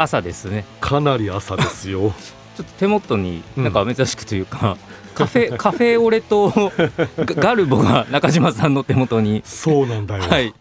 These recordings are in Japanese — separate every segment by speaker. Speaker 1: 朝ですね。
Speaker 2: かなり朝です よ
Speaker 1: ちょっと手元に
Speaker 2: うん
Speaker 1: なんか珍しくというか、 カフェカフェオレとガガルボが中島さんの手元に。
Speaker 2: そうなんだよ、
Speaker 1: はい。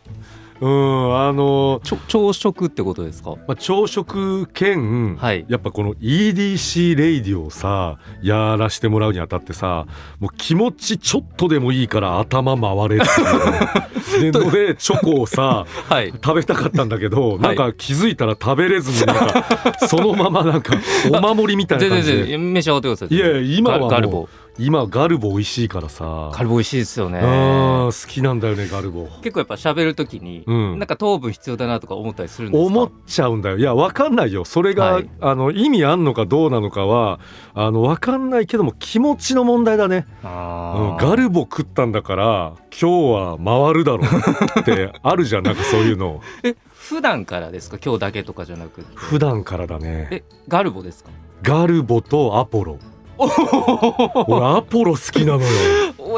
Speaker 2: うんあの
Speaker 1: ちょ朝食ってことですか。
Speaker 2: まあ、朝食兼、
Speaker 1: はい
Speaker 2: やっぱこの EDC レイディをさやらしてもらうにあたってさもう気持ちちょっとでもいいから頭回れって いうでのでチョコをさ
Speaker 1: はい。
Speaker 2: 食べたかったんだけど、
Speaker 1: い
Speaker 2: なんか気づいたら食べれずになんかそのままなんかお守りみたいな
Speaker 1: 全
Speaker 2: 感
Speaker 1: 然
Speaker 2: じ
Speaker 1: 全
Speaker 2: で
Speaker 1: 然召し上がってください。
Speaker 2: いやいや今はもう
Speaker 1: ガルガルボ。
Speaker 2: 今ガルボ美味しいからさ
Speaker 1: ガルボ美味しいですよ
Speaker 2: う
Speaker 1: ね。
Speaker 2: ん好きなんだよねガルボ。
Speaker 1: 結構やっぱ喋るときに、
Speaker 2: うん
Speaker 1: なんか糖分必要だなとか思ったりするんですか。
Speaker 2: 思っちゃうんだよいやわかんないよそれが、
Speaker 1: はい
Speaker 2: あの意味あんのかどうなのかはあのわかんないけども気持ちの問題だね、うん、
Speaker 1: あー
Speaker 2: ガルボ食ったんだから今日は回るだろうって あるじゃんなんかそういうの
Speaker 1: え普段からですか今日だけとかじゃなくて。
Speaker 2: 普段からだね
Speaker 1: えガルボです か。
Speaker 2: ガルボとアポ ロ俺アポロ好きなのよ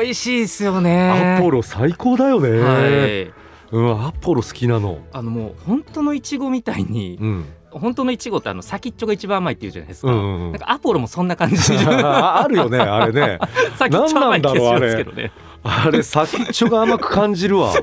Speaker 1: 美味しいですよね。
Speaker 2: アポロ最高だよね、
Speaker 1: はい。
Speaker 2: うん、アポロ好きなの
Speaker 1: あのもう本当のイチゴみたいに
Speaker 2: うん
Speaker 1: 本当のイチゴってあの先っちょが一番甘いっていうじゃないですか、
Speaker 2: うんうんう
Speaker 1: なん
Speaker 2: ん
Speaker 1: かアポロもそんな感じ
Speaker 2: ああるよねあれね
Speaker 1: 先っちょ甘い気がするんですけどね
Speaker 2: あれ先っちょが甘く感じるわ。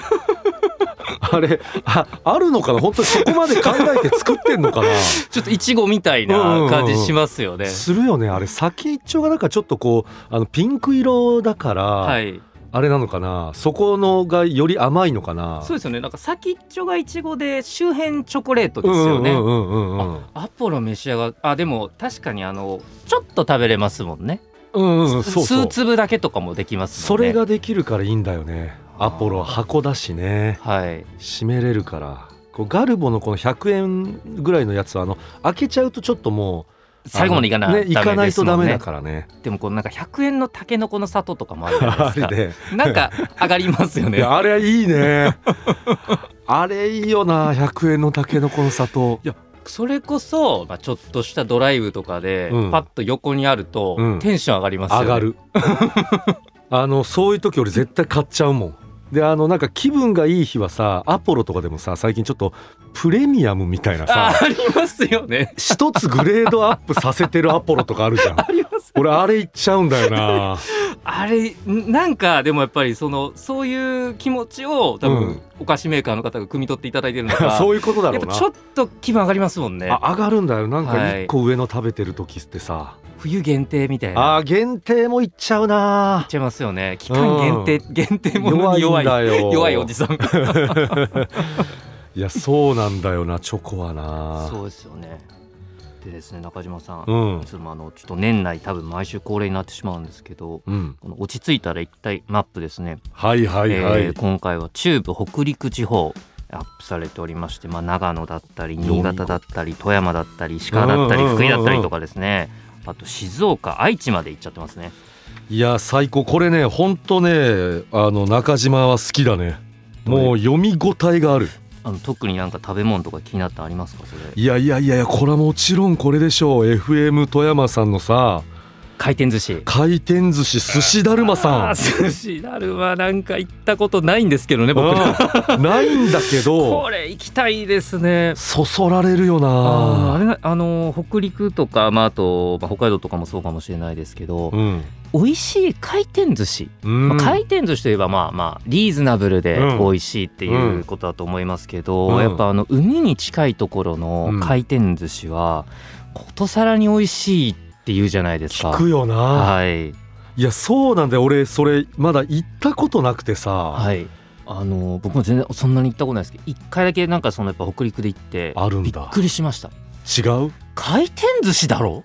Speaker 2: あれああるのかな本当にそこまで考えて作ってんのかな
Speaker 1: ちょっとイチゴみたいな感じしますよね、
Speaker 2: するよねあれ先っちょがなんかちょっとこうあのピンク色だから、
Speaker 1: はい
Speaker 2: あれなのかなそこのがより甘いのかな
Speaker 1: そう
Speaker 2: う
Speaker 1: ですよねなんか先っちょがイチゴで周辺チョコレートですよね、
Speaker 2: んうんうんうん
Speaker 1: アポロ召し上があでも確かにあのちょっと食べれますもんね
Speaker 2: うんうんうんそうそう
Speaker 1: 数粒だけとかもできます
Speaker 2: そ
Speaker 1: もんね
Speaker 2: れができるからいいんだよねアポロは箱だしね
Speaker 1: はい
Speaker 2: 閉めれるからこうガルボのこの100円ぐらいのやつはあの開けちゃうとちょっともう
Speaker 1: 最後までいかな
Speaker 2: あ
Speaker 1: い,、
Speaker 2: のね行かないとダメだ
Speaker 1: ね
Speaker 2: からね。
Speaker 1: でもこのなんか100円のタケノコの里とかもあるじゃない で
Speaker 2: あ
Speaker 1: す
Speaker 2: れ
Speaker 1: か
Speaker 2: で、
Speaker 1: なんか上がりますよ
Speaker 2: い
Speaker 1: ね。
Speaker 2: やあれいいね。 あれいいよな、100円のタケノコの里。
Speaker 1: それこそ、まあ、ちょっとしたドライブとかで、
Speaker 2: うん
Speaker 1: パッと横にあると、
Speaker 2: うん
Speaker 1: テンション上がりますよね。
Speaker 2: 上が。る。あのそういう時俺絶対買っちゃうもん。であのなんか気分がいい日はさアポロとかでもさ最近ちょっとプレミアムみたいな
Speaker 1: あ
Speaker 2: さ
Speaker 1: ありますよね。
Speaker 2: 一つグレードアップさせてるアポロとかあるじゃん
Speaker 1: あります。
Speaker 2: 俺あれいっちゃうんだよ な
Speaker 1: あれんなんかでもやっぱりそのそういう気持ちを多分、
Speaker 2: うん
Speaker 1: お菓子メーカーの方が汲み取っていただいてるのか。
Speaker 2: そういうことだ
Speaker 1: や
Speaker 2: ろ
Speaker 1: っ
Speaker 2: う
Speaker 1: ぱ
Speaker 2: な
Speaker 1: ちょっと気分上がりますもんね。
Speaker 2: あ上がるんだよなんか
Speaker 1: は
Speaker 2: 一
Speaker 1: い
Speaker 2: 個上の食べてる時ってさ、
Speaker 1: 冬限定みたいな。
Speaker 2: あー限定もいっちゃうない
Speaker 1: っちゃいますよね。期間限定、限定ものに弱い弱い
Speaker 2: よ
Speaker 1: おじさん。
Speaker 2: いやそうなんだよなチョコはな
Speaker 1: そうですよね。でですね中島さん。
Speaker 2: うん
Speaker 1: いつもあのちょっと年内多分毎週恒例になってしまうんですけど
Speaker 2: うん
Speaker 1: この落ち着いたら一体マップですね、
Speaker 2: はいはいはい、
Speaker 1: えー今回は中部北陸地方アップされておりまして、まあ、長野だったり新潟だったり富山だったり石川だったり
Speaker 2: うんうんうんうん
Speaker 1: 福井だったりとかですねあと静岡愛知まで行っちゃってますね
Speaker 2: いや最高これねほんとねあの中島は好きだねもう読み応えがある
Speaker 1: あの特になんか食べ物とか気になったのありますかそれ
Speaker 2: いやいやいやいやこれはもちろんこれでしょう FM 富山さんのさ
Speaker 1: 回転寿司
Speaker 2: 回転寿司寿司だるま
Speaker 1: あ
Speaker 2: さん
Speaker 1: ー寿司だるまなんか行ったことないんですけどね僕
Speaker 2: うんないんだけど
Speaker 1: これ行きたいですね
Speaker 2: そそられるよ
Speaker 1: あーあ
Speaker 2: な
Speaker 1: れなあのー北陸とか、まあ、あと、まあ、北海道とかもそうかもしれないですけど、
Speaker 2: うん、
Speaker 1: 美味しい回転寿司、
Speaker 2: うん
Speaker 1: まあ回転寿司といえばまあまあリーズナブルで
Speaker 2: うん
Speaker 1: 美味しいっていうことだと思いますけど、
Speaker 2: うん
Speaker 1: やっぱあの海に近いところ
Speaker 2: う
Speaker 1: の
Speaker 2: ん
Speaker 1: 回転寿司はことさらに美味しいっていうじゃないですか。
Speaker 2: 聞くよな、
Speaker 1: はい、
Speaker 2: いやそうなんだよ俺それまだ行ったことなくてさ、
Speaker 1: はいあのー僕も全然そんなに行ったことないですけど一回だけなんかそのやっぱ北陸で行って
Speaker 2: あるん
Speaker 1: びっ
Speaker 2: だ
Speaker 1: くりしました
Speaker 2: 違う
Speaker 1: 回転寿司だろ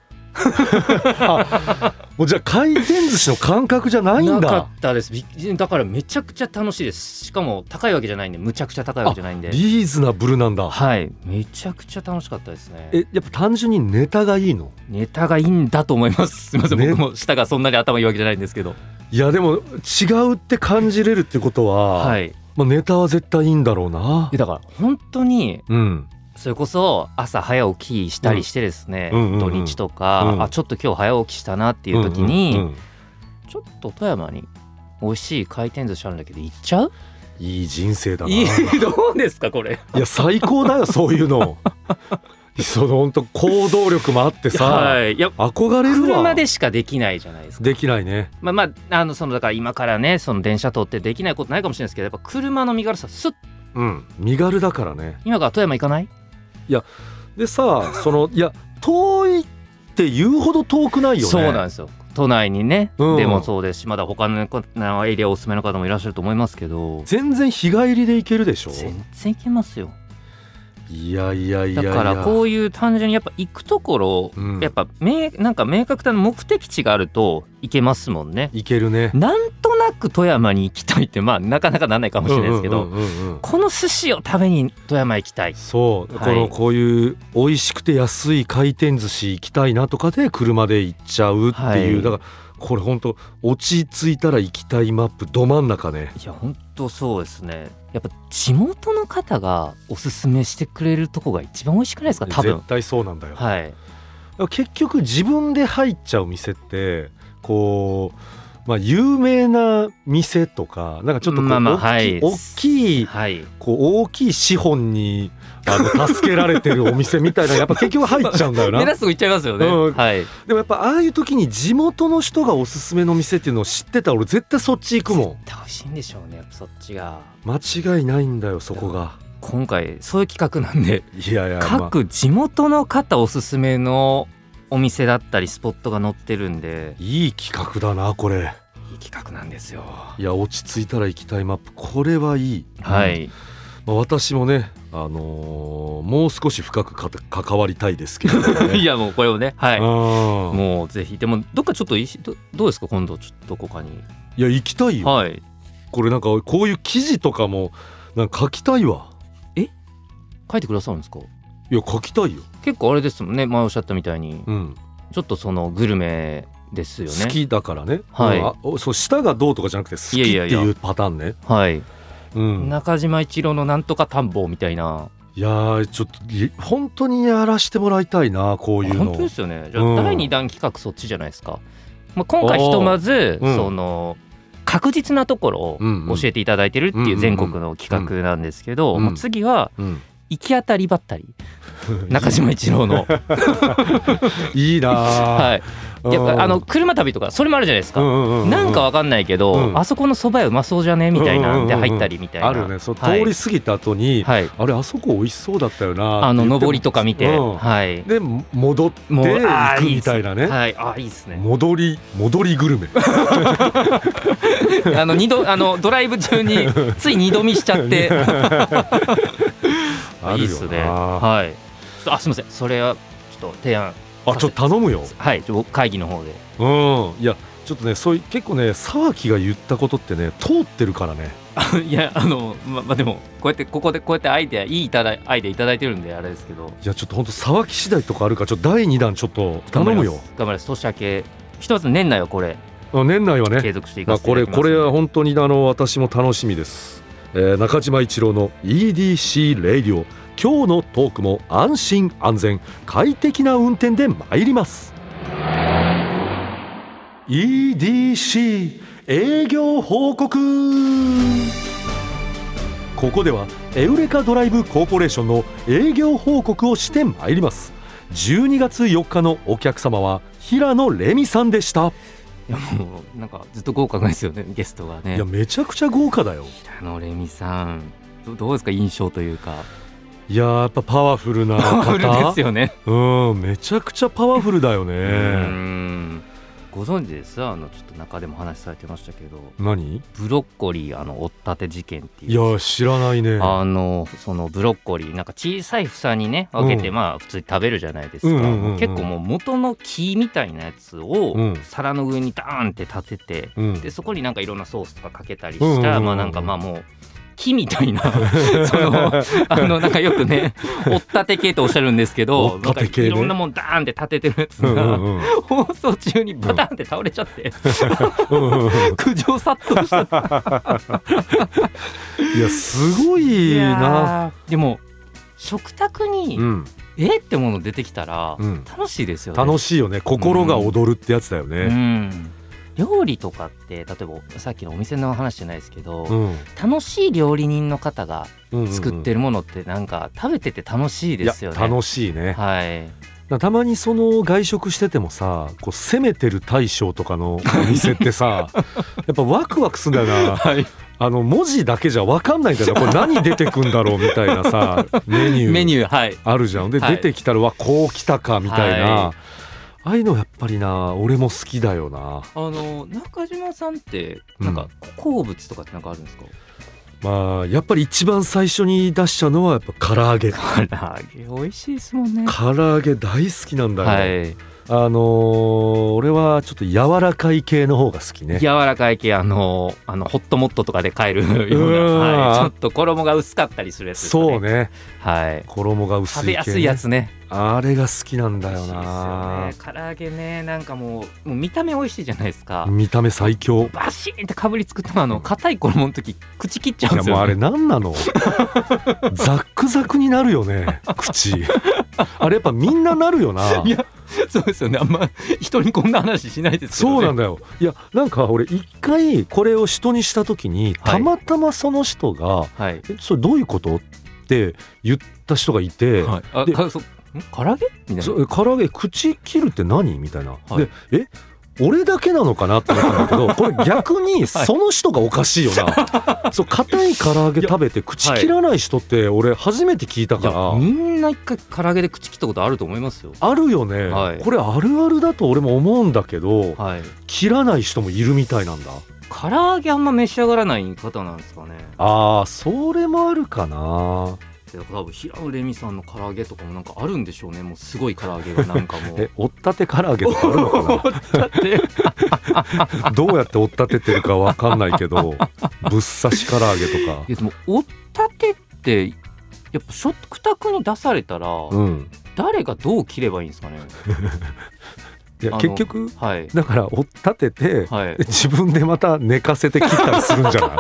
Speaker 2: もうじゃあ回転寿司の感覚じゃないん
Speaker 1: なか
Speaker 2: だ
Speaker 1: ったですびっだからめちゃくちゃ楽しいですしかも高いわけじゃないんでむちゃくちゃ高いわけじゃないんで
Speaker 2: リーズナブルなんだ
Speaker 1: はいめちゃくちゃ楽しかったですね
Speaker 2: えやっぱ単純にネタがいいの
Speaker 1: ネタがいいんだと思いますすみません、
Speaker 2: ね
Speaker 1: 僕も舌がそんなに頭いいわけじゃないんですけど
Speaker 2: いやでも違うって感じれるってことは、
Speaker 1: はい
Speaker 2: まあ、ネタは絶対いいんだろうな
Speaker 1: でだから本当に
Speaker 2: うん
Speaker 1: それこそ朝早起きしたりしてですね、
Speaker 2: うんうんうんうん
Speaker 1: 土日とか、
Speaker 2: うん
Speaker 1: あちょっと今日早起きしたなっていう時に、
Speaker 2: うんうんうん
Speaker 1: ちょっと富山に美味しい回転寿司あるんだけど行っちゃう
Speaker 2: いい人生だない
Speaker 1: い
Speaker 2: い
Speaker 1: どうですかこれ
Speaker 2: や最高だよそういう のその本当行動力もあってさ、
Speaker 1: はいいや
Speaker 2: 憧れるわ
Speaker 1: 車でしかできないじゃないですか
Speaker 2: できないね
Speaker 1: まあまああのそのだから今からねその電車通ってできないことないかもしれないですけどやっぱ車の身軽さすっ
Speaker 2: うん身軽だからね
Speaker 1: 今から富山行かない
Speaker 2: でさそのいや遠いって言うほど遠くないよね
Speaker 1: そうなんですよ都内にね、
Speaker 2: うん
Speaker 1: でもそうですしまだ他のこなエリアおすすめの方もいらっしゃると思いますけど
Speaker 2: 全然日帰りで行けるでしょ
Speaker 1: 全然行けますよ
Speaker 2: いやいやいや
Speaker 1: だ
Speaker 2: いや
Speaker 1: からこういう単純にやっぱ行くところ、
Speaker 2: うん
Speaker 1: やっぱ明なんか明確な目的地があると行けますもんね
Speaker 2: 行けるね
Speaker 1: なんとなく富山に行きたいってまあなかなかなんないかもしれないですけど、
Speaker 2: うんうんうんうん
Speaker 1: この寿司を食べに富山行きたい
Speaker 2: そう、
Speaker 1: はい
Speaker 2: このこういう美味しくて安い回転寿司行きたいなとかで車で行っちゃうっていう、
Speaker 1: はい
Speaker 2: だからこれ本当落ち着いたら行きたいマップど真ん中ね
Speaker 1: いや本当そうですねやっぱ地元の方がおすすめしてくれるとこが一番美味しくないですか多分
Speaker 2: 絶対そうなんだよ、
Speaker 1: はい
Speaker 2: 結局自分で入っちゃう店ってこう、まあ、有名な店とかなんかちょっとこう
Speaker 1: まあまあはい
Speaker 2: 大きい大きい
Speaker 1: はい
Speaker 2: こう大きい資本にあの助けられてるお店みたいなやっぱ結局入っちゃうんだ よな
Speaker 1: 目立つとこ行っちゃいますよね、
Speaker 2: うん
Speaker 1: はい
Speaker 2: でもやっぱああいう時に地元の人がおすすめの店っていうのを知ってたら俺絶対そっち行くもん
Speaker 1: 絶対美味しいんでしょうねやっぱそっちが
Speaker 2: 間違いないんだよそこが
Speaker 1: 今回そういう企画なんで
Speaker 2: いやいやまあ
Speaker 1: 各地元の方おすすめのお店だったりスポットが載ってるんで
Speaker 2: いい企画だなこれ
Speaker 1: いい企画なんですよ
Speaker 2: いや落ち着いたら行きたいマップこれはいい、
Speaker 1: は
Speaker 2: うん
Speaker 1: い、
Speaker 2: まあ、私もね、あのーもう少し深くかた関わりたいですけど、ね、
Speaker 1: いやもうこれをねはい
Speaker 2: うん
Speaker 1: もうぜひでもどっかちょっといしどどうですか今度ちょっとどこかに
Speaker 2: いや行きたいよ、
Speaker 1: はい
Speaker 2: これなんかこういう記事とかもなんか書きたいわ
Speaker 1: 書いてくださるんですか
Speaker 2: いや書きたいよ、
Speaker 1: 結構あれですもんね前おっしゃったみたいに
Speaker 2: うん
Speaker 1: ちょっとそのグルメですよね
Speaker 2: 好きだからね、
Speaker 1: はい
Speaker 2: うんあおそう舌がどうとかじゃなくて好きって
Speaker 1: いやいやい
Speaker 2: い
Speaker 1: や
Speaker 2: うパターンね
Speaker 1: はい、
Speaker 2: うん、
Speaker 1: 中島一郎のなんとか田んぼみたいない
Speaker 2: やーちょっとい本当にやらしてもらいたいなこういうの
Speaker 1: 本当ですよねじゃあ、
Speaker 2: うん
Speaker 1: 第2弾企画そっちじゃないですか、まあ、今回ひとまず、
Speaker 2: おーうん
Speaker 1: その確実なところを
Speaker 2: うんうん
Speaker 1: 教えていただいてるって
Speaker 2: うんうん
Speaker 1: いううん全国の企画なんですけど、
Speaker 2: うん
Speaker 1: まあ、次は
Speaker 2: うん
Speaker 1: 行き当たりばったり 中島一郎の
Speaker 2: いいな
Speaker 1: はい
Speaker 2: ー、うん
Speaker 1: やっぱあの車旅とかそれもあるじゃないです
Speaker 2: うん
Speaker 1: か、
Speaker 2: ううう
Speaker 1: なんかわかんないけど、
Speaker 2: うん
Speaker 1: あそこの蕎麦屋うまそうじゃねみたいなん
Speaker 2: うんうんうんう
Speaker 1: で
Speaker 2: ん
Speaker 1: 入ったりみたいな、
Speaker 2: あるねそう
Speaker 1: は
Speaker 2: 通
Speaker 1: い
Speaker 2: り過ぎた後に、
Speaker 1: はい
Speaker 2: あれあそこ美味しそうだったよな
Speaker 1: あの
Speaker 2: って言って
Speaker 1: 上りとか見
Speaker 2: う
Speaker 1: て、
Speaker 2: ん
Speaker 1: はい
Speaker 2: で戻っていく
Speaker 1: もうあーいい
Speaker 2: み
Speaker 1: です
Speaker 2: たいなね
Speaker 1: はいあいいですね
Speaker 2: 戻り戻りグル メ
Speaker 1: あの二度あのドライブ中 につい二度見しちゃって
Speaker 2: あ
Speaker 1: いい
Speaker 2: る
Speaker 1: っ
Speaker 2: よ
Speaker 1: す
Speaker 2: な
Speaker 1: ね。はい。ちょっとあすみません。それはちょっと提案。
Speaker 2: あちょっと頼むよ
Speaker 1: はい。ちょっと会議の方で。
Speaker 2: うんいやちょっとねそういう結構ね沢木が言ったことってね通ってるからね
Speaker 1: いやあのままあでもこうやってここでこうやってアイデアいいいただアイデアいただいてるんであれですけど。
Speaker 2: いやちょっと本当沢木次第とかあるからちょっと第2弾ちょっと頼むよ
Speaker 1: 頑張ります。頑張ります年明けひとまず年内はこれ
Speaker 2: うん年内はね
Speaker 1: 継続してい
Speaker 2: ま
Speaker 1: か
Speaker 2: あ、
Speaker 1: せてい
Speaker 2: こ
Speaker 1: た
Speaker 2: れ
Speaker 1: だきま
Speaker 2: こ
Speaker 1: すんで。
Speaker 2: れは本当にあの私も楽しみです、えー中島一郎の EDC レイディオ今日のトークも安心安全快適な運転で参ります EDC 営業報告ここではエウレカドライブコーポレーションの営業報告をして参ります12月4日のお客様は平野レミさんでした
Speaker 1: いやもうなんかずっと豪華なんですよねゲストが
Speaker 2: い
Speaker 1: ね
Speaker 2: や。めちゃくちゃ豪華だよ
Speaker 1: あのレミさんどどうですか印象というか。
Speaker 2: いやーやっぱパワフルな
Speaker 1: パワフルで
Speaker 2: 方
Speaker 1: すよね。
Speaker 2: うんめちゃくちゃパワフルだよ
Speaker 1: う
Speaker 2: ね
Speaker 1: ん。ご存知ですあのちょっと中でも話されてましたけど
Speaker 2: 何
Speaker 1: ブロッコリーあの追っ立て事件っていう
Speaker 2: いや知らないね
Speaker 1: あのそのブロッコリーなんか小さい房にね分けて、
Speaker 2: うん
Speaker 1: まあ普通に食べるじゃないです
Speaker 2: う
Speaker 1: か、
Speaker 2: んうんうんうん
Speaker 1: 結構もう元の木みたいなやつを
Speaker 2: うん
Speaker 1: 皿の上にダーンって立てて、
Speaker 2: うん
Speaker 1: でそこになんかいろんなソースとかかけたりし
Speaker 2: うんうんうん
Speaker 1: た、
Speaker 2: うん
Speaker 1: まあなんかまあもう木みたいな そのあのなんかよく ね追っ立て系とおっしゃるんですけど
Speaker 2: 追っ立て系ね
Speaker 1: なんかいろんなもんダーンって立ててるやつ
Speaker 2: うんう
Speaker 1: が、
Speaker 2: んうん
Speaker 1: 放送中にバタンって倒れちゃって、
Speaker 2: うんうんうん
Speaker 1: 苦情殺到した
Speaker 2: いやすごい
Speaker 1: い
Speaker 2: な
Speaker 1: やーでも食卓に、
Speaker 2: うん
Speaker 1: えってもの出てきたら、
Speaker 2: うん
Speaker 1: 楽しいですよね
Speaker 2: 楽しいよね心が踊るってやつだよ
Speaker 1: う
Speaker 2: ね
Speaker 1: ん料理とかって例えばさっきのお店の話じゃないですけど、
Speaker 2: うん
Speaker 1: 楽しい料理人の方が
Speaker 2: うんうん
Speaker 1: 作ってるものってなんか食べてて楽しい
Speaker 2: い
Speaker 1: で
Speaker 2: や
Speaker 1: すよね。
Speaker 2: 楽しいね
Speaker 1: はい、
Speaker 2: なたまにその外食しててもさこう攻めてる大将とかのお店って さやっぱワクワクすんだよな
Speaker 1: はい、
Speaker 2: あの文字だけじゃ分かんないんだよなこれ何出てくんだろうみたいな さメニュー
Speaker 1: メニューはい
Speaker 2: あるじゃんで、
Speaker 1: はい
Speaker 2: 出てきたらわこう来たかみたいな、
Speaker 1: は
Speaker 2: ああいうのやっぱりな俺も好きだよな
Speaker 1: あの中島さんって
Speaker 2: うん
Speaker 1: なんか好物とかってなんかあるんですか、
Speaker 2: まあやっぱり一番最初に出したのはやっぱ唐揚げ
Speaker 1: 唐揚げ美味しいですもんね。
Speaker 2: 唐揚げ大好きなんだよ、
Speaker 1: はい、
Speaker 2: あのー俺はちょっと柔らかい系の方が好きね
Speaker 1: 柔らかい系あのあのホットモットとかで買えるような、
Speaker 2: うーん
Speaker 1: はい、ちょっと衣が薄かったりするやつですかね。
Speaker 2: そうね
Speaker 1: はい、
Speaker 2: 衣が薄い系、
Speaker 1: 食べやすいやつね。
Speaker 2: あれが好きなんだ
Speaker 1: 美
Speaker 2: よ
Speaker 1: 味しい
Speaker 2: な、
Speaker 1: ですよね唐揚げねなんかもうもう見た目美味しいじゃないですか、
Speaker 2: 見た目最強
Speaker 1: バシーンってかぶりつくとあの硬い衣の時口切っちゃうん
Speaker 2: いや
Speaker 1: です
Speaker 2: もう
Speaker 1: よ、
Speaker 2: あれ
Speaker 1: ね、
Speaker 2: 何な のザックザクになるよね口あれやっぱみんななるよ ない
Speaker 1: やそうですよねあんま人にこんな話しないですけど、ね、
Speaker 2: そうなんだよいやなんか俺一回これを人にした時に
Speaker 1: は
Speaker 2: た
Speaker 1: い
Speaker 2: またまその人が「
Speaker 1: はい、
Speaker 2: えそれどういうこと?」って言った人がいて、
Speaker 1: はい、あ
Speaker 2: で
Speaker 1: かそん唐揚げみたい
Speaker 2: そ
Speaker 1: な
Speaker 2: うえ唐揚げ口切るって何みたいな、
Speaker 1: はい
Speaker 2: でえ俺だけなのかなって思ったんだけ どこれ逆にその人がおかしいよな、そう硬い唐揚げ食べて口切らない人って俺初めて聞いた
Speaker 1: い
Speaker 2: から、
Speaker 1: やみんな一回唐揚げで口切ったことあると思いますよ
Speaker 2: あるよね、
Speaker 1: はい
Speaker 2: これあるあるだと俺も思うんだけど
Speaker 1: はい
Speaker 2: 切らない人もいるみたいなんだ
Speaker 1: 唐揚げあんま召し上がらない方なんですかね
Speaker 2: あーそれもあるかな
Speaker 1: で多分平野レミさんの唐揚げとかもなんかあるんでしょうねもうすごい唐揚げがなんかもう
Speaker 2: え追っ立て唐揚げとかあるの か
Speaker 1: だって
Speaker 2: などうやって追っ立ててるかわかんないけどぶっ刺し唐揚げとか
Speaker 1: いやでも追っ立てってやっぱ食卓に出されたら、
Speaker 2: うん
Speaker 1: 誰がどう切ればいいんですかね
Speaker 2: いや
Speaker 1: あの
Speaker 2: 結局
Speaker 1: はい
Speaker 2: だから追っ立てて
Speaker 1: はい
Speaker 2: 自分でまた寝かせて切ったりするんじ ゃない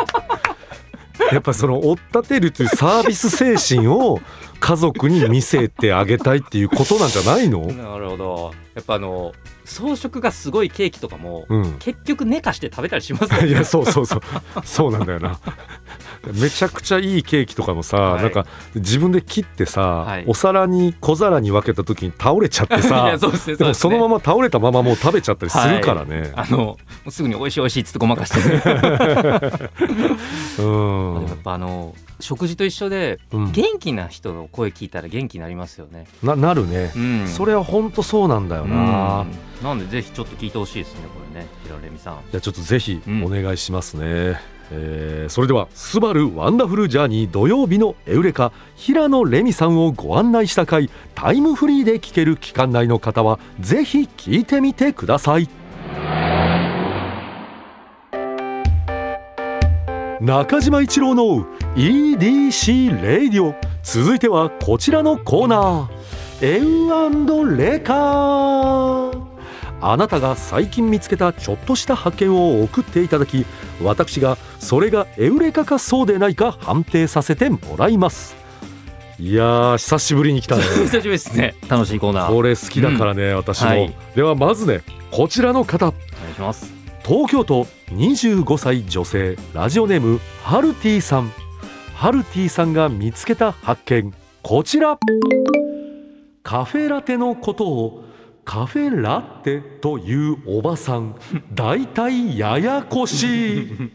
Speaker 2: やっぱその追っ立てるというサービス精神を家族に見せてあげたいっていうことなんじゃないの
Speaker 1: なるほどやっぱあの装飾がすごいケーキとかも、
Speaker 2: うん
Speaker 1: 結局寝かして食べたりしますよ ね
Speaker 2: いやそうそうそうそうなんだよなめちゃくちゃいいケーキとかもさ、
Speaker 1: はい
Speaker 2: なんか自分で切ってさ、
Speaker 1: はい
Speaker 2: お皿に小皿に分けた時に倒れちゃって
Speaker 1: い
Speaker 2: さ
Speaker 1: やそうですね
Speaker 2: でもそのま
Speaker 1: ま
Speaker 2: ま倒れたままもう食べちゃったりするからね、
Speaker 1: あのもうすぐに美味しい美味しいっつってごまかして、ね、
Speaker 2: うん
Speaker 1: でもやっぱあの食事と一緒で
Speaker 2: うん
Speaker 1: 元気な人の声聞いたら元気になりますよね
Speaker 2: ななるね
Speaker 1: う、ん
Speaker 2: それは本当そうなんだよ
Speaker 1: う
Speaker 2: な、
Speaker 1: んなんでぜひちょっと聞いてほしいですねこれね平野レミさん
Speaker 2: じゃあちょっとぜひお願いしますね、えーそれでは「スバルワンダフルジャーニー土曜日のエウレカ」平野レミさんをご案内した回タイムフリーで聴ける期間内の方はぜひ聞いてみてください中島一郎の EDC レイディオ続いてはこちらのコーナーエンレカあなたが最近見つけたちょっとした発見を送っていただき私がそれがエウレカかそうでないか判定させてもらいますいやー久しぶりに来た ね
Speaker 1: 久しぶりですね楽しいコーナーお
Speaker 2: これ好きだからね、私も、
Speaker 1: はい
Speaker 2: ではまずねこちらの方
Speaker 1: 願いします
Speaker 2: 東京都25歳女性ラジオネームハルティさんハルティさんが見つけた発見こちらカフェラテのことをカフェラテというおばさん大体ややこしい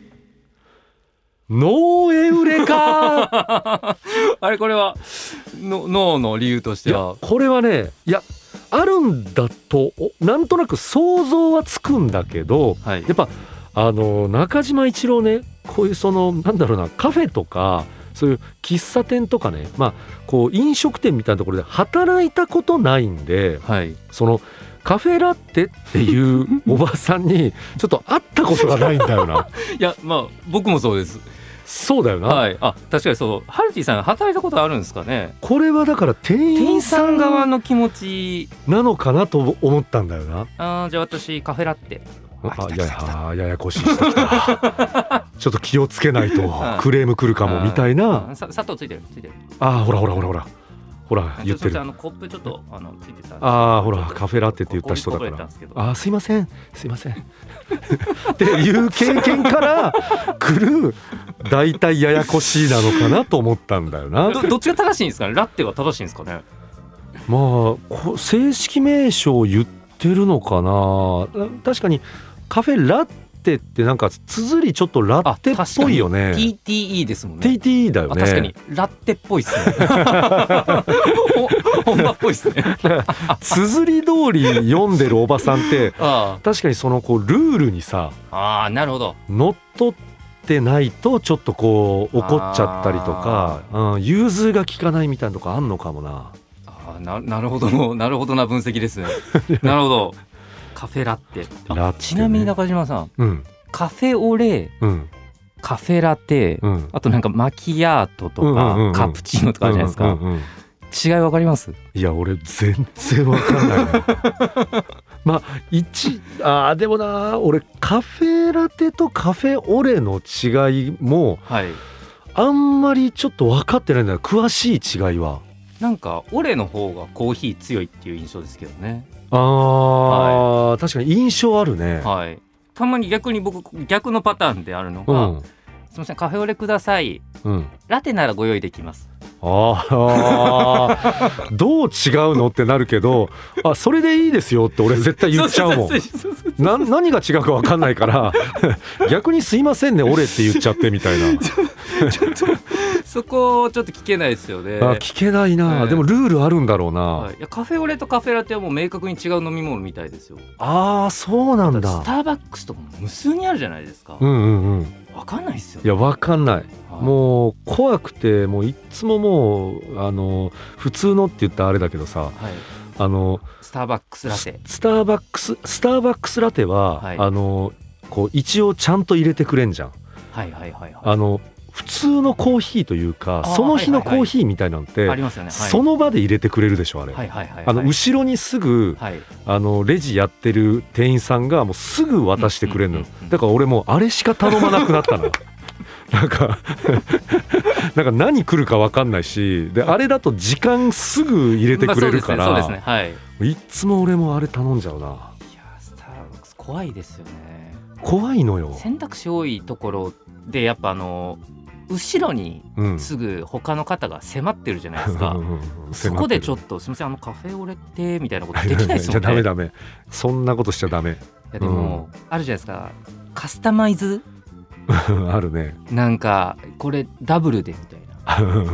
Speaker 2: ノーエウレカ
Speaker 1: あれこれはの脳の理由とし
Speaker 2: い
Speaker 1: て
Speaker 2: や
Speaker 1: は
Speaker 2: これはねいやあるんだとおなんとなく想像はつくんだけど
Speaker 1: はい
Speaker 2: やっぱあの中島一郎ねこういうそのなんだろうなカフェとかそういう喫茶店とかねまあこう飲食店みたいなところで働いたことないんで
Speaker 1: はい
Speaker 2: そのカフェラテっていう おばさんにちょっと会ったことがないんだよ な
Speaker 1: いやまあ僕もそうです
Speaker 2: そうだよな、
Speaker 1: はいあ確かにそうハルティさん働いたことあるんですかね
Speaker 2: これはだから店
Speaker 1: 店員
Speaker 2: 員
Speaker 1: さ
Speaker 2: さ
Speaker 1: ん
Speaker 2: ん
Speaker 1: 側
Speaker 2: 側
Speaker 1: の気持ち
Speaker 2: なのかなと思ったんだよな
Speaker 1: あーじゃあ私カフェラテ
Speaker 2: あいやあややこしい人来た ちょっと気をつけないとクレーム来るかもみたいな
Speaker 1: あさ砂糖ついてるついてる
Speaker 2: あーほらほらほらほらほら言って
Speaker 1: ちょと
Speaker 2: る
Speaker 1: あのコップちょっとあのついてたんですけど
Speaker 2: ああほらカフェラテって言った人だか
Speaker 1: ここにこぼれたん
Speaker 2: ら
Speaker 1: ですけど
Speaker 2: あーすいませんすいませんっていう経験から来る大体ややこしいなのかなと思ったんだよ なまあ
Speaker 1: どどっちが正しいんですかねラッテが正しいんですかね
Speaker 2: こ正式名称を言ってるのかな確かにカフェラテってなんか綴りちょっとラテっぽいよね
Speaker 1: TTE ですもんね
Speaker 2: TT だよ
Speaker 1: あ
Speaker 2: ね
Speaker 1: 確かにラッテっぽいっすね ほ本場っぽいっすね
Speaker 2: 綴り通り読んでるおばさんって
Speaker 1: あ
Speaker 2: 確かにそのこうルールにさ
Speaker 1: ーあーなるほど
Speaker 2: 乗っ取ってないとちょっとこう怒っちゃったりとか、うん、融通が利かないみたいなとこあんのかもな
Speaker 1: あーななるほどなるほどな分 析ですねなるほどカフェラッテあ
Speaker 2: ラッテね
Speaker 1: ちなみに中島さん
Speaker 2: うん
Speaker 1: カフェオレ
Speaker 2: うん
Speaker 1: カフェラテ
Speaker 2: うん
Speaker 1: あとなんかマキアートとか、
Speaker 2: うんうんうんうん
Speaker 1: カプチーノとかあるじゃないですか、
Speaker 2: うんうんうん
Speaker 1: 違いわかります
Speaker 2: いや俺全然わかんないな まあ一あーでもな俺カフェラテとカフェオレの違いも
Speaker 1: はい
Speaker 2: あんまりちょっと分かってないんだよ詳しい違いは
Speaker 1: なんかオレの方がコーヒー強いっていう印象ですけどね
Speaker 2: あー、確かに印象あるね、
Speaker 1: はいたまに逆に僕逆のパターンであるの
Speaker 2: う
Speaker 1: が、
Speaker 2: ん
Speaker 1: すみませんカフェオレください
Speaker 2: うん
Speaker 1: ラテならご用意できます
Speaker 2: ああどう違うのってなるけどあそれでいいですよって俺絶対言っちゃうもん
Speaker 1: そうそうそうそ
Speaker 2: な
Speaker 1: う
Speaker 2: 何が違うか分かんないから 逆に「すいませんね俺」って言っちゃってみた いな
Speaker 1: そこちょっと聞けないですよね
Speaker 2: あ聞けないな、
Speaker 1: ええ
Speaker 2: でもルールあるんだろうな、
Speaker 1: はい、いやカフェオレとカフェラテはもう明確に違う飲み物みたいですよ
Speaker 2: ああそうなん
Speaker 1: ス
Speaker 2: だ
Speaker 1: ターバックスとかも無数にあるじゃないですか、
Speaker 2: うんうんうん
Speaker 1: わかんないですよ
Speaker 2: いや分かんない
Speaker 1: はい
Speaker 2: もう怖くてもういっつももうあの普通のって言ったらあれだけどさ
Speaker 1: はい、
Speaker 2: あの
Speaker 1: スターバックスラテ
Speaker 2: ススターバックススターバックスラテは、
Speaker 1: はい
Speaker 2: あのこう一応ちゃんと入れてくれんじゃん
Speaker 1: はいはいはいはい
Speaker 2: あの普通のコーヒーというか
Speaker 1: あー
Speaker 2: その日の
Speaker 1: はいはい
Speaker 2: コ
Speaker 1: は
Speaker 2: ー
Speaker 1: い
Speaker 2: ヒーみたいなのって、
Speaker 1: ありますよね。はい、
Speaker 2: その場で入れてくれるでしょあれ、
Speaker 1: はいはいはいはい。
Speaker 2: あの後ろにすぐ
Speaker 1: はい。
Speaker 2: あのレジやってる店員さんがもうすぐ渡してくれるのよ
Speaker 1: うんうんうんうん
Speaker 2: だから俺もうあれしか頼まなくなったな なんか なんか何来るか分かんないしであれだと時間すぐ入れてくれるから、
Speaker 1: まあそうですね。そうですねはい。いや
Speaker 2: いっつも俺もあれ頼んじゃうな
Speaker 1: ースターバックス怖いですよね。
Speaker 2: 怖いのよ、
Speaker 1: 選択肢多いところでやっぱあの後ろに
Speaker 2: うん、
Speaker 1: すぐ他の方が迫ってるじゃないです
Speaker 2: う
Speaker 1: か。
Speaker 2: んうんうん
Speaker 1: そこでちょ
Speaker 2: と
Speaker 1: っとすみませんあのカフェオレってみたいなことできないです
Speaker 2: じゃ
Speaker 1: もん
Speaker 2: ダ
Speaker 1: ね。
Speaker 2: メ
Speaker 1: い
Speaker 2: ダメそんなことしちゃダメ
Speaker 1: やでも、あるじゃないですか。カスタマイズ
Speaker 2: あるね
Speaker 1: なんかこれダブルでみたいな。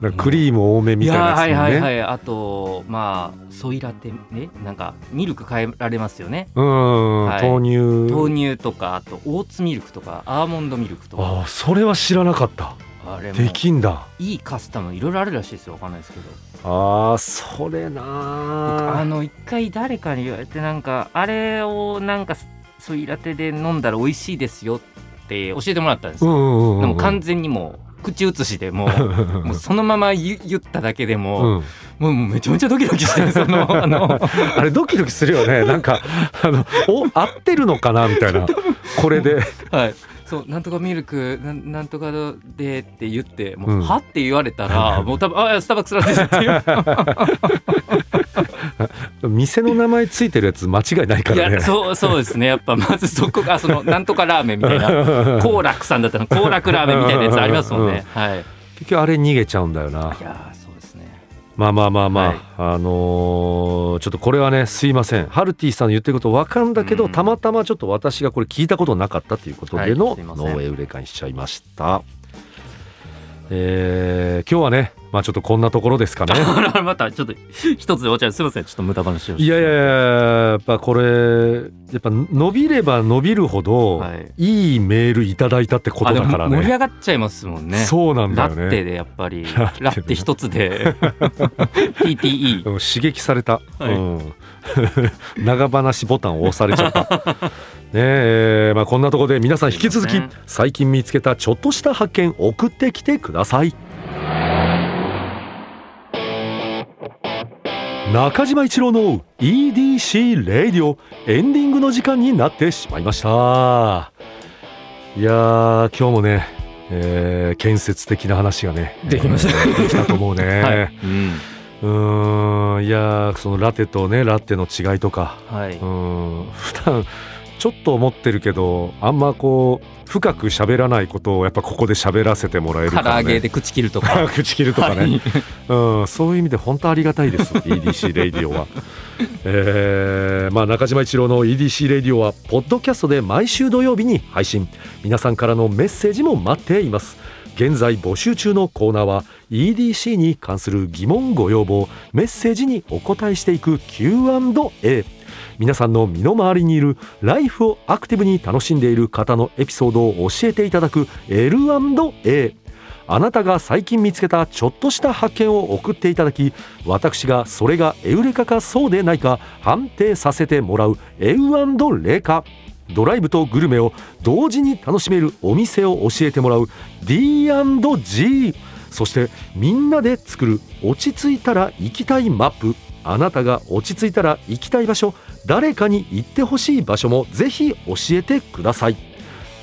Speaker 2: なんかクリーム多めみたいなやつもね
Speaker 1: いやーはいはいはいあとまあソイラテねなんかミルク変えられますよね
Speaker 2: うん、
Speaker 1: はい
Speaker 2: 豆乳
Speaker 1: 豆乳とかあとオーツミルクとかアーモンドミルクとか
Speaker 2: ああそれは知らなかった
Speaker 1: あれも
Speaker 2: できんだ
Speaker 1: いいカスタムいろいろあるらしいですよわかんないですけど
Speaker 2: ああそれ
Speaker 1: 僕あ
Speaker 2: な
Speaker 1: の一回誰かに言われてなんかあれをなんかソイラテで飲んだら美味しいですよって教えてもらったんです
Speaker 2: うん
Speaker 1: よ、
Speaker 2: うんうん
Speaker 1: でも完全にもう口移しでも うもうそのまま言言っただけで
Speaker 2: う
Speaker 1: も,、
Speaker 2: ん、
Speaker 1: もうもうめちゃめちゃドキドキして るそのあの
Speaker 2: あれドキドキするよ ねなんかあのお合ってるのかなみたいなこれで
Speaker 1: はい、そうなんとかミルクなんなんとかでって言ってもう、
Speaker 2: うん
Speaker 1: はって言われたらもう多分あスターバックスラテって いう
Speaker 2: 店の名前ついてるやつ間違いないか
Speaker 1: い
Speaker 2: らね
Speaker 1: やそうそうですねやっぱまずそこがそのなんとかラーメンみたいな幸楽さんだったら幸楽ラーメンみたいなやつありますもんね、はい、い
Speaker 2: 結局あれ逃げちゃうんだよな
Speaker 1: やーそうですね
Speaker 2: まあまあまあまあ、
Speaker 1: はい
Speaker 2: あのーちょっとこれはねすいませんハルティさんの言ってることわかんだけど、
Speaker 1: うん
Speaker 2: たまたまちょっと私がこれ聞いたことなかったということでの
Speaker 1: はいすいません
Speaker 2: 脳エウレカにしちゃいました。えー今日はね、まあ、ちょっとこんなところですか ね。
Speaker 1: あら またちょっと一つでお茶すみませんちょっと無駄話をして
Speaker 2: いやいやいや、やっぱこれ、やっぱ伸びれば伸びるほど、
Speaker 1: はい
Speaker 2: い、いメールいただいたってこと
Speaker 1: あで
Speaker 2: だ
Speaker 1: も
Speaker 2: から
Speaker 1: 盛り
Speaker 2: ね。
Speaker 1: 上がっちゃいますもんね
Speaker 2: そうなんだ
Speaker 1: ラ
Speaker 2: よ
Speaker 1: ッ
Speaker 2: ね。
Speaker 1: テでやっぱ り
Speaker 2: ラッテで
Speaker 1: ラッテ一 つで TTE
Speaker 2: うん刺激された、
Speaker 1: はい
Speaker 2: うん 長話ボタンを押されちゃっ たねえまあ、こんなところで皆さん引き続き、
Speaker 1: そうですね
Speaker 2: 最近見つけたちょっとした発見送ってきてください中島一郎の EDC レディオエンディングの時間になってしまいましたいやー今日もね、えー建設的な話がね
Speaker 3: できました
Speaker 2: えーできたと思うね、
Speaker 1: はい、うん
Speaker 2: うーんいやーそのラテとねラテの違いとか
Speaker 1: はいう
Speaker 2: ーん普段ちょっと思ってるけどあんまこう深く喋らないことをやっぱここで喋らせてもらえる
Speaker 3: 唐
Speaker 2: から、
Speaker 3: 揚げ
Speaker 2: ね、
Speaker 3: で口切るとか
Speaker 2: 口切るとかね、
Speaker 3: はい
Speaker 2: うん、そういう意味で本当ありがたいです EDC レイディオは、えーまあ、中島一郎の EDC レイディオはポッドキャストで毎週土曜日に配信皆さんからのメッセージも待っています現在募集中のコーナーは EDC に関する疑問ご要望メッセージにお答えしていく Q&A 皆さんの身の回りにいるライフをアクティブに楽しんでいる方のエピソードを教えていただく L&A あなたが最近見つけたちょっとした発見を送っていただき私がそれがエウレカかそうでないか判定させてもらうエウレカドライブとグルメを同時に楽しめるお店を教えてもらう D&G そしてみんなで作る落ち着いたら行きたいマップあなたが落ち着いたら行きたい場所誰かに行ってほしい場所もぜひ教えてください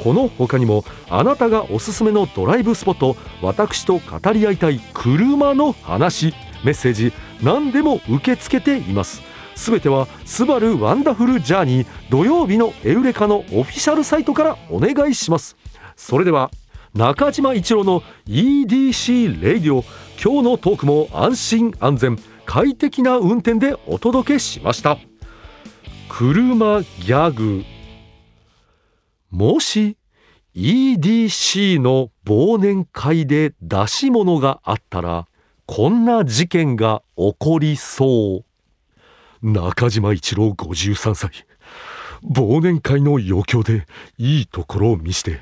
Speaker 2: この他にもあなたがおすすめのドライブスポット私と語り合いたい車の話メッセージ何でも受け付けていますすべては「スバルワンダフルジャーニー」土曜日のエウレカのオフィシャルサイトからお願いしますそれでは中島一郎の EDC レイディオ今日のトークも安心安全快適な運転でお届けしました車ギャグもし EDC の忘年会で出し物があったらこんな事件が起こりそう中島一郎53歳忘年会の余興でいいところを見して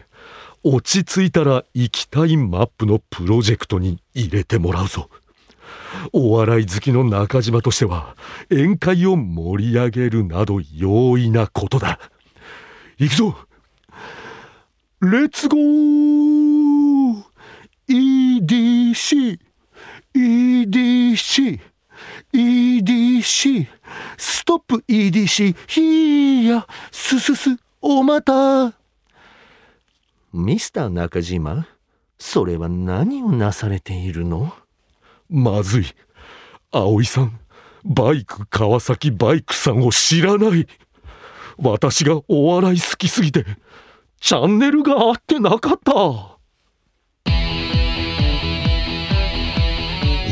Speaker 2: 落ち着いたら行きたいマップのプロジェクトに入れてもらうぞお笑い好きの中島としては宴会を盛り上げるなど容易なことだ行くぞレッツゴー !EDC! EDC! EDC! ストップ EDC! ひーやすすすおまたミスター中島、それは何をなされているのまずい。葵さん、バイク川崎バイクさんを知らない。私がお笑い好きすぎて。チャンネルが合ってなかった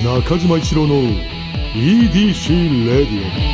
Speaker 2: 中島一郎の EDC レディオ